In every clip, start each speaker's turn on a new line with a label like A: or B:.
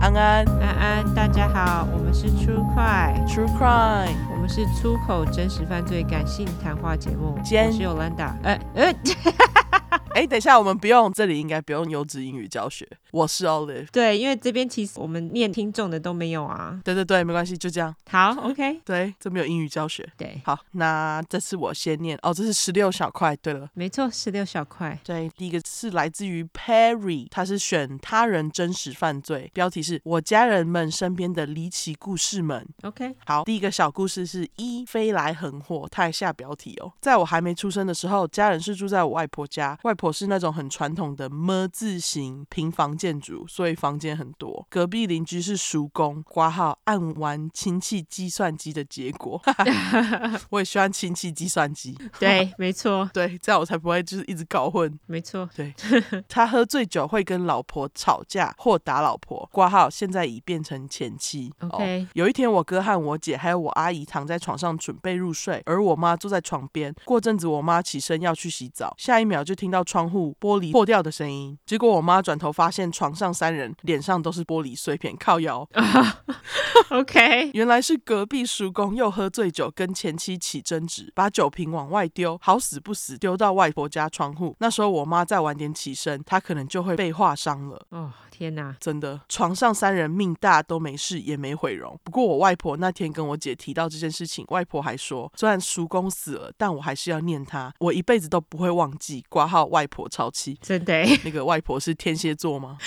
A: 安
B: 安安，大家好，我们是出快，
A: ，True Crime，
B: 我们是出口真实犯罪感性谈话节目，
A: 今
B: 我是 Yolanda。哎哎，
A: 哎、等一下，我们不用，这里应该不用优质英语教学。我是 Olive，
B: 对，因为这边其实我们念听众的都没有啊。
A: 对对对，没关系，就这样。
B: 好，OK，
A: 对，这没有英语教学。
B: 对，
A: 好，那这次我先念哦，这是十六小块。对了。
B: 没错，十六小块。
A: 对，第一个是来自于 Perry，他是选他人真实犯罪，标题是我家人们身边的离奇故事们。
B: OK，
A: 好，第一个小故事是一飞来横祸，它还下标题哦。在我还没出生的时候，家人是住在我外婆家，外婆是那种很传统的么字形平房建筑，所以房间很多。隔壁邻居是叔公，挂号按完亲戚计算机的结 果。我也喜欢亲戚计算机，
B: 对，没错，
A: 对，这样我才不会就是一直搞混。
B: 没错。
A: 对他喝醉酒会跟老婆吵架或打老婆，挂号现在已变成前妻。
B: OK
A: 哦有一天我哥和我姐还有我阿姨躺在床上准备入睡，而我妈坐在床边。过阵子我妈起身要去洗澡，下一秒就听到窗户玻璃破掉的声音。结果我妈转头发现床上三人脸上都是玻璃碎片，靠腰。
B: 哦 OK，
A: 原来是隔壁叔公又喝醉酒，跟前妻起争执，把酒瓶往外丢，好死不死丢到外婆家窗户。那时候我妈再晚点起身，她可能就会被划伤了。
B: 哦，天哪，
A: 真的，床上三人命大都没事，也没毁容。不过我外婆那天跟我姐提到这件事情，外婆还说，虽然叔公死了，但我还是要念他，我一辈子都不会忘记。挂号外婆超妻，
B: 真的
A: 那个外婆是天蝎座吗？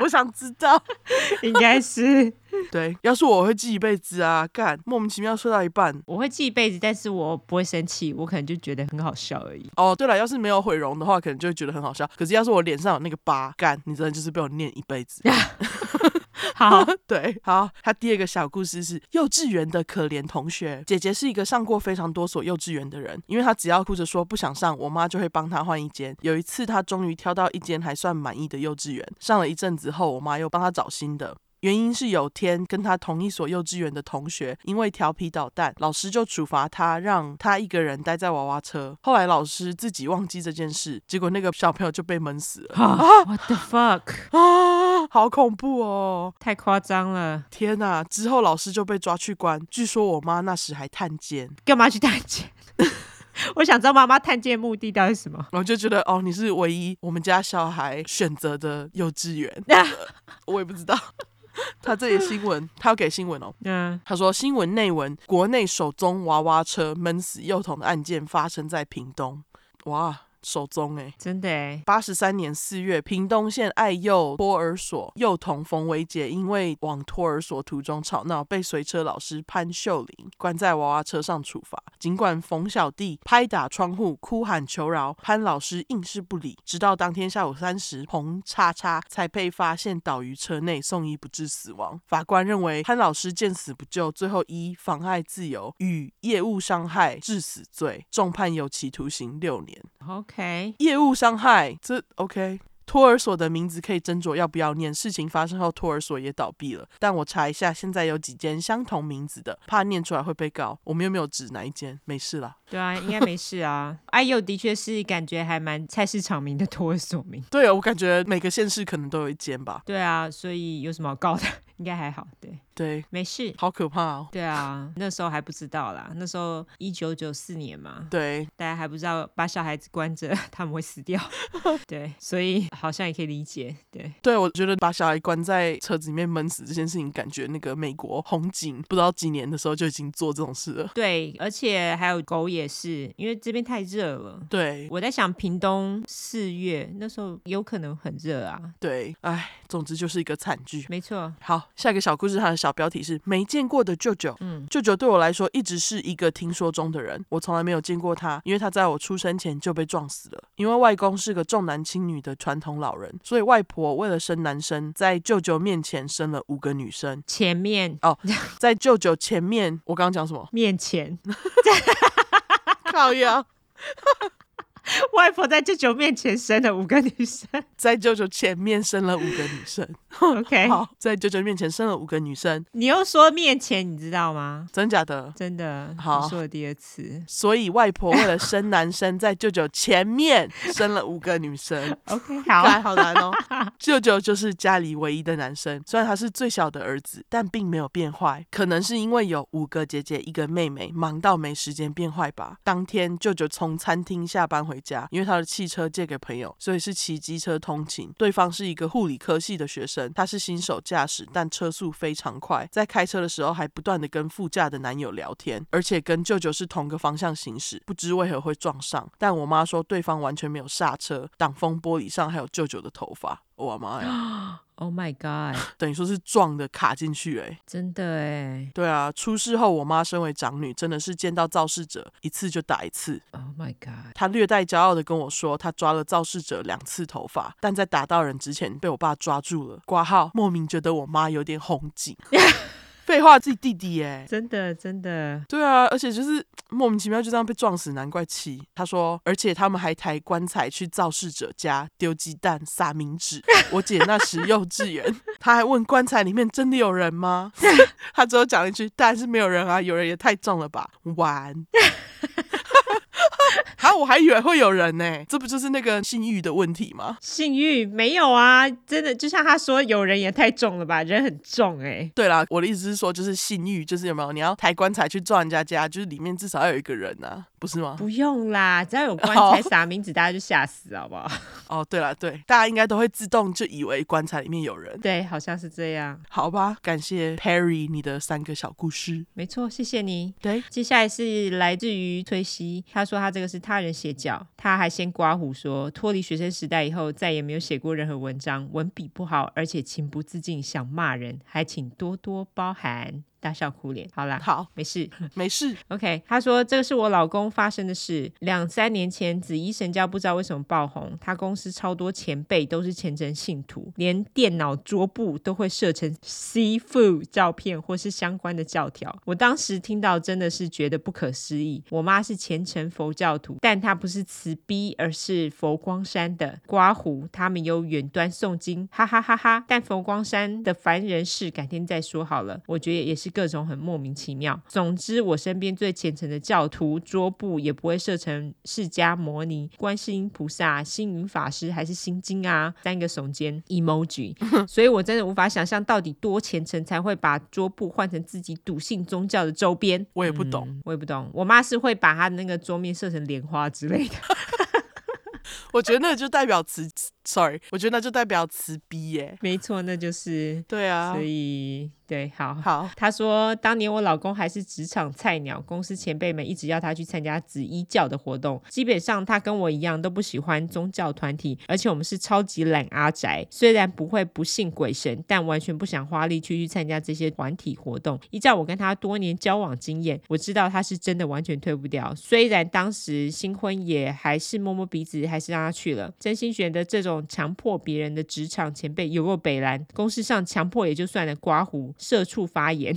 A: 我想知道。
B: 应该是
A: 对，要是我会记一辈子啊！干，莫名其妙睡到一半。
B: 我会记一辈子，但是我不会生气，我可能就觉得很好笑而已。
A: 哦，对了，要是没有毁容的话，可能就会觉得很好笑。可是要是我脸上有那个疤，干，你真的就是被我念一辈子。
B: 好
A: 对，好，他第二个小故事是幼稚园的可怜同学。姐姐是一个上过非常多所幼稚园的人，因为她只要哭着说不想上，我妈就会帮她换一间。有一次，她终于挑到一间还算满意的幼稚园，上了一阵子后，我妈又帮她找新的。原因是有天跟她同一所幼稚园的同学，因为调皮捣蛋，老师就处罚她，让她一个人待在娃娃车。后来老师自己忘记这件事，结果那个小朋友就被闷死了。
B: 哦，What the fuck，
A: 啊， 好恐怖哦！
B: 太夸张了，
A: 天呐！之后老师就被抓去关，据说我妈那时还探监，
B: 干嘛去探监？ 我想知道妈妈探监的目的到底是什么。
A: 然后就觉得哦，你是唯一我们家小孩选择的幼稚园，呃我也不知道。 他这里新闻，他要给新闻哦。
B: 嗯，
A: 他说新闻内文：国内首宗娃娃车闷死幼童的案件发生在屏东，哇，首宗哎、
B: 真的哎，
A: 八十三年四月，屏东县爱幼托儿所幼童冯维杰因为往托儿所途中吵闹，被随车老师潘秀玲关在娃娃车上处罚。尽管冯小弟拍打窗户、哭喊求饶，潘老师硬是不理。直到当天下午三时，彭叉叉才被发现倒于车内，送医不治死亡。法官认为潘老师见死不救，最后依妨碍自由与业务伤害致死罪，重判有期徒刑六年。
B: OK，
A: 业务伤害，这 OK。托儿所的名字可以斟酌要不要念。事情发生后，托儿所也倒闭了。但我查一下，现在有几间相同名字的，怕念出来会被告。我们又没有指哪一间，没事啦。
B: 对 啊，应该没事啊。哎呦，的确是感觉还蛮菜市场名的托儿所名。
A: 对哦，我感觉每个县市可能都有一间吧。
B: 对啊，所以有什么好告的？ 应该还好，对，
A: 对，
B: 没事。
A: 好可怕哦。
B: 对啊，那时候还不知道啦，那时候一九九四年嘛，
A: 对，
B: 大家还不知道把小孩子关着 他们会死掉，对，所以好像也可以理解，对，
A: 对，我觉得把小孩关在车子里面闷死这件事情，感觉那个美国红警不知道几年的时候就已经做这种事了。
B: 对，而且还有狗也是，因为这边太热了。
A: 对，
B: 我在想，屏东四月那时候有可能很热啊，
A: 对，哎，总之就是一个惨剧。
B: 没错，
A: 好，下一个小故事，它的小标题是“没见过的舅舅”。嗯，舅舅对我来说一直是一个听说中的人，我从来没有见过他，因为他在我出生前就被撞死了。因为外公是个重男轻女的传统老人，所以外婆为了生男生，在舅舅面前生了五个女生。
B: 前面？
A: 在舅舅前面，我刚刚讲什么
B: 面前
A: 靠呀！
B: 外婆在舅舅面前生了五个女 生。
A: 在舅舅前面生了五个女生，
B: OK，
A: 好，在舅舅面前生了五个女生，
B: 你又说面前，你知道吗？
A: 真假的？
B: 真的，
A: 好
B: 你说了第二次。
A: 所以外婆为了生男生，在舅舅前面生了五个女生。
B: OK，
A: 哎，
B: 好，
A: 好难哦！舅舅就是家里唯一的男生，虽然他是最小的儿子，但并没有变坏。可能是因为有五个姐姐一个妹妹，忙到没时间变坏吧。当天舅舅从餐厅下班回家，因为他的汽车借给朋友，所以是骑机车通勤。对方是一个护理科系的学生，他是新手驾驶，但车速非常快，在开车的时候还不断的跟副驾的男友聊天，而且跟舅舅是同个方向行驶，不知为何会撞上。但我妈说对方完全没有刹车，挡风玻璃上还有舅舅的头发。我妈呀，
B: Oh my God，
A: 等于说是撞的卡进去哎、
B: 真的哎
A: 对啊，出事后我妈身为长女，真的是见到肇事者一次就打一次。
B: ，Oh my God，
A: 她略带骄傲的跟我说，她抓了肇事者两次头发，但在打到人之前被我爸抓住了。挂号，莫名觉得我妈有点红警。 废话，自己弟弟耶、欸
B: 真的真的，
A: 对啊，而且就是莫名其妙就这样被撞死，难怪气。他说，而且他们还抬棺材去肇事者家丢鸡蛋、撒冥纸。我姐那时幼稚园，她还问棺材里面真的有人吗？ 她只有讲了一句：“当然是没有人啊，有人也太重了吧。”完。 啊！我还以为会有人呢、这不就是那个性欲的问题吗？
B: 性欲没有啊，真的就像他说，有人也太重了吧，人很重哎。
A: 对啦，我的意思是说，就是性欲，就是有没有你要抬棺材去撞人家家，就是里面至少要有一个人啊，不是吗？
B: 不用啦，只要有棺
A: 好
B: 材撒名字，大家就吓死，好不好？
A: 哦，对了，对，大家应该都会自动就以为棺材里面有人，
B: 对，好像是这样，
A: 好吧？感谢 Perry 你的三个小故事，
B: 没错，谢谢你。
A: 对，
B: 接下来是来自于崔西，他说他这个是他人写脚，他还先刮胡说，脱离学生时代以后，再也没有写过任何文章，文笔不好，而且情不自禁想骂人，还请多多包涵。大笑哭脸，好啦，
A: 好，
B: 没事。
A: 没事，
B: OK，他说这个是我老公发生的事，两三年前紫衣神教不知道为什么爆红，他公司超多前辈都是虔诚信徒，连电脑桌布都会设成 seafood 照片或是相关的教条。我当时听到真的是觉得不可思议。我妈是虔诚佛教徒，但她不是慈悲，而是佛光山的刮胡，他们有远端诵经，哈哈哈哈。但佛光山的凡人事改天再说好了，我觉得也是各种很莫名其妙。总之，我身边最虔诚的教徒桌布也不会设成释迦摩尼、观世音菩萨、星云法师还是心经啊，三个耸肩 emoji。所 以我真的无法想象到底多虔诚才会把桌布换成自己笃信宗教的周边。
A: 我也不懂，
B: 我也不懂，我妈是会把她那个桌面设成莲花之类的。
A: 我觉得那就代表慈，sorry，我觉得那就代表慈逼耶，
B: 没错，那就是，
A: 对啊
B: 所，以对，好。
A: 好，
B: 他说，当年我老公还是职场菜鸟，公司前辈们一直要他去参加紫衣教的活动。基本上他跟我一样都不喜欢宗教团体，而且我们是超级懒阿宅。虽然不会不信鬼神，但完全不想花力气去参加这些团体活动。依照我跟他多年交往经验，我知道他是真的完全退不掉。虽然当时新婚也还是摸摸鼻子，还是让他去了。真心觉得这种强迫别人的职场前辈有够北蓝，公司上强迫也就算了，刮胡、社畜发言，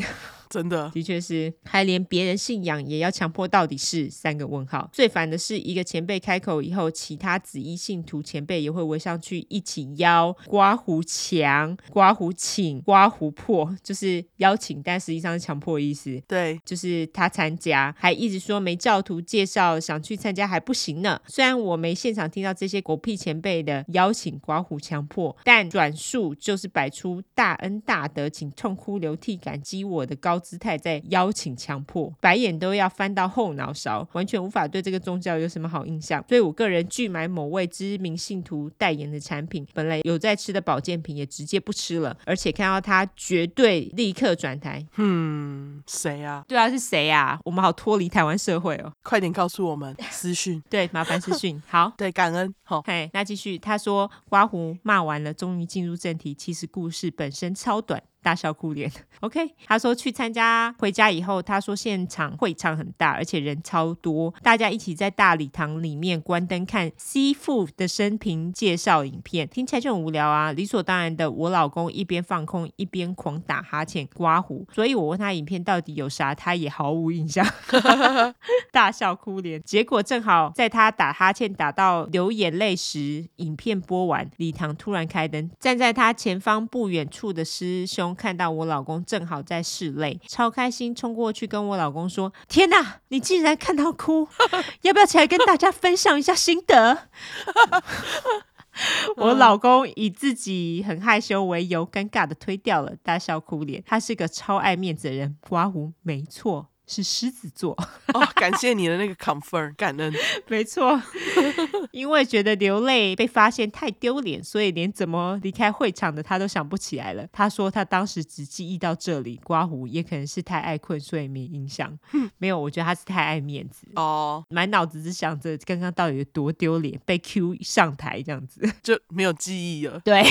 A: 真的，
B: 的确是，还连别人信仰也要强迫到底是三个问号。最烦的是，一个前辈开口以后，其他子衣信徒前辈也会围上去一起邀刮胡强、刮胡请、刮胡破，就是邀请，但实际上是强迫的意思。
A: 对，
B: 就是他参加，还一直说没教徒介绍，想去参加还不行呢。虽然我没现场听到这些狗屁前辈的邀请、刮胡强迫，但转述就是摆出大恩大德，请痛哭流涕感激我的高姿态，在邀请强迫，白眼都要翻到后脑勺，完全无法对这个宗教有什么好印象。所以我个人拒买某位知名信徒代言的产品，本来有在吃的保健品也直接不吃了，而且看到他绝对立刻转台，
A: 嗯，谁啊？
B: 对啊，是谁啊？我们好脱离台湾社会哦。
A: 快点告诉我们私讯，
B: 对，麻烦私讯。好，
A: 对，感恩，好、
B: 嘿，那继续。他说，刮胡骂完了，终于进入正题。其实故事本身超短，大笑哭脸。OK，他 说去参加，回家以后，他说现场会场很大，而且人超多，大家一起在大礼堂里面关灯看西父的生平介绍影片，听起来就很无聊啊，理所当然的。我老公一边放空一边狂打哈欠、刮胡，所以我问他影片到底有啥，他也毫无印象。 大笑哭脸。结果正好在他打哈欠打到流眼泪时，影片播完，礼堂突然开灯，站在他前方不远处的师兄看到我老公正好在室内，超开心，冲过去跟我老公说：“天哪，你竟然看到哭， 要不要起来跟大家分享一下心得？” 我老公以自己很害羞为由，尴尬的推掉了，大笑哭脸。他是个超爱面子的人，刮胡，没错，是狮子座。
A: 哦，感谢你的那个 confirm，感恩。
B: 没错， 因为觉得流泪被发现太丢脸，所以连怎么离开会场的他都想不起来了。他说他当时只记忆到这里，刮胡也可能是太爱困，所以没印象。没有，我觉得他是太爱面子，
A: 哦，
B: 满脑子只想着刚刚到底有多丢脸，被 Q 上台这样子。
A: 就没有记忆了，
B: 对，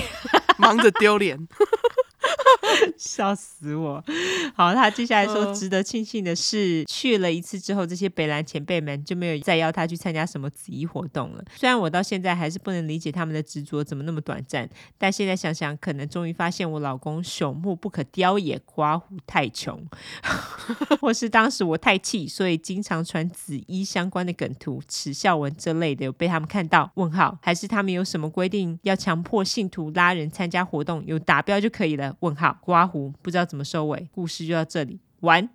A: 忙着丢脸。
B: 笑死我！好，他接下来说，
A: 嗯
B: 值得庆幸的是，去了一次之后，这些北兰前辈们就没有再邀他去参加什么子怡活动了。虽然我到现在还是不能理解他们的执着怎么那么短暂，但现在想想，可能终于发现我老公朽木不可雕也，刮胡太穷，或是当时我太气，所以经常传紫衣相关的梗图、耻笑文这类的，有被他们看到？问号，还是他们有什么规定要强迫信徒拉人参加活动，有达标就可以了？问号，刮胡，不知道怎么收尾，故事就到这里。完，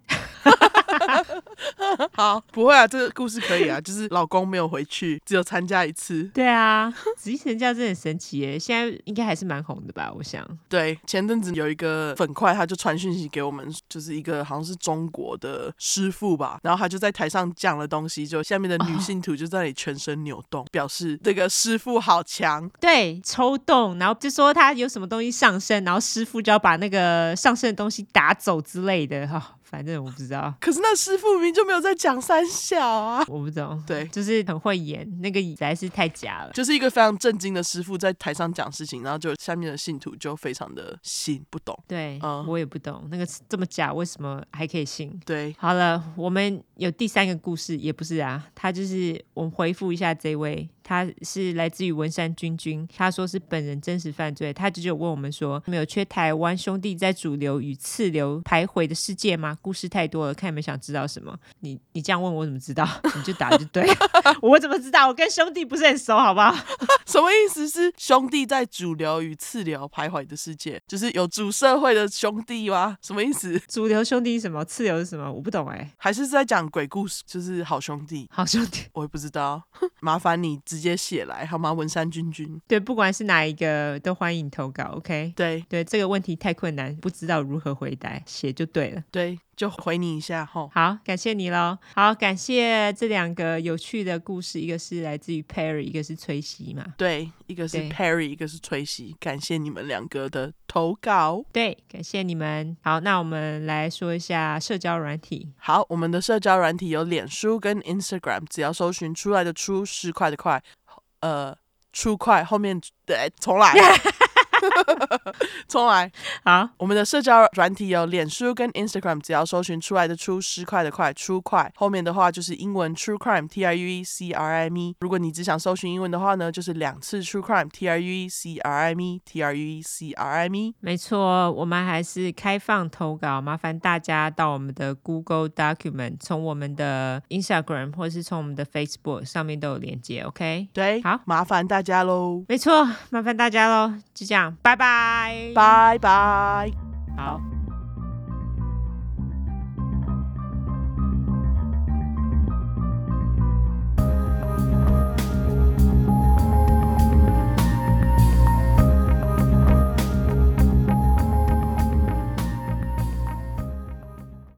A: 好，不会啊，这个故事可以啊，就是老公没有回去，只有参加一次。
B: 对啊， 紫衣神教真的很神奇耶，现在应该还是蛮红的吧？我想，
A: 对，前阵子有一个粉块，他就传讯息给我们，就是一个好像是中国的师傅吧，然后他就在台上讲了东西，就下面的女性徒就在那里全身扭动，表示这个师傅好强。
B: 对，抽动，然后就说他有什么东西上升，然后师傅就要把那个上升的东西打走之类的哈、反正我不知道。
A: 可是那师傅明明就没有在讲三小啊，
B: 我不懂，
A: 对
B: 就是很会演，那个实在是太假了。
A: 就是一个非常震惊的师傅在台上讲事情，然后就下面的信徒就非常的信不懂。
B: 对，
A: 嗯
B: 我也不懂那个这么假，为什么还可以信？
A: 对，
B: 好了，我们有第三个故事，也不是啊，他就是我们回复一下这位，他是来自于文山君君，他说是本人真实犯罪，他就有问我们说，你们有缺台湾兄弟在主流与次流徘徊的世界吗？故事太多了，看你们想知道什么。你你这样问我怎么知道？ 你就答就对， 我怎么知道？我跟兄弟不是很熟，好不好？
A: 什么意思？是兄弟在主流与次流徘徊的世界，就是有主社会的兄弟吗？什么意思？
B: 主流兄弟是什么，次流是什么，我不懂哎、
A: 还是在讲鬼故事，就是好兄弟。
B: 好兄弟，
A: 我也不知道， 麻烦你直接写来好吗？文山君君，
B: 对，不管是哪一个都欢迎投稿，OK？
A: 对
B: 对，这个问题太困难，不知道如何回答，写就对了。
A: 对，就回你一下吼。
B: 好，感谢你喽。好，感谢这两个有趣的故事，一个是来自于 Perry，一个是崔西嘛。
A: 对，一个是
B: 对
A: Perry，一个是崔西，感谢你们两个的投稿。
B: 对，感谢你们。好，那我们来说一下社交软体。
A: 好，我们的社交软体有脸书跟 Instagram，只要搜寻出来的出十块的块，呃，出块后面对，重来， 重来。
B: 好，
A: 我们的社交软体有脸书跟 Instagram，只要搜寻出来的出十块的块出块，后面的话就是英文 True Crime T R U E C R I M E。如果你只想搜寻英文的话呢，就是两次 True Crime T R U E C R I M E T R U E C R I M E。
B: 没错，我们还是开放投稿，麻烦大家到我们的 Google Document，从我们的 Instagram 或是从我们的 Facebook 上面都有连接，OK？
A: 对，
B: 好
A: 麻烦大家喽，
B: 没错，麻烦大家喽，就这样，拜拜，，
A: 拜拜。
B: 好。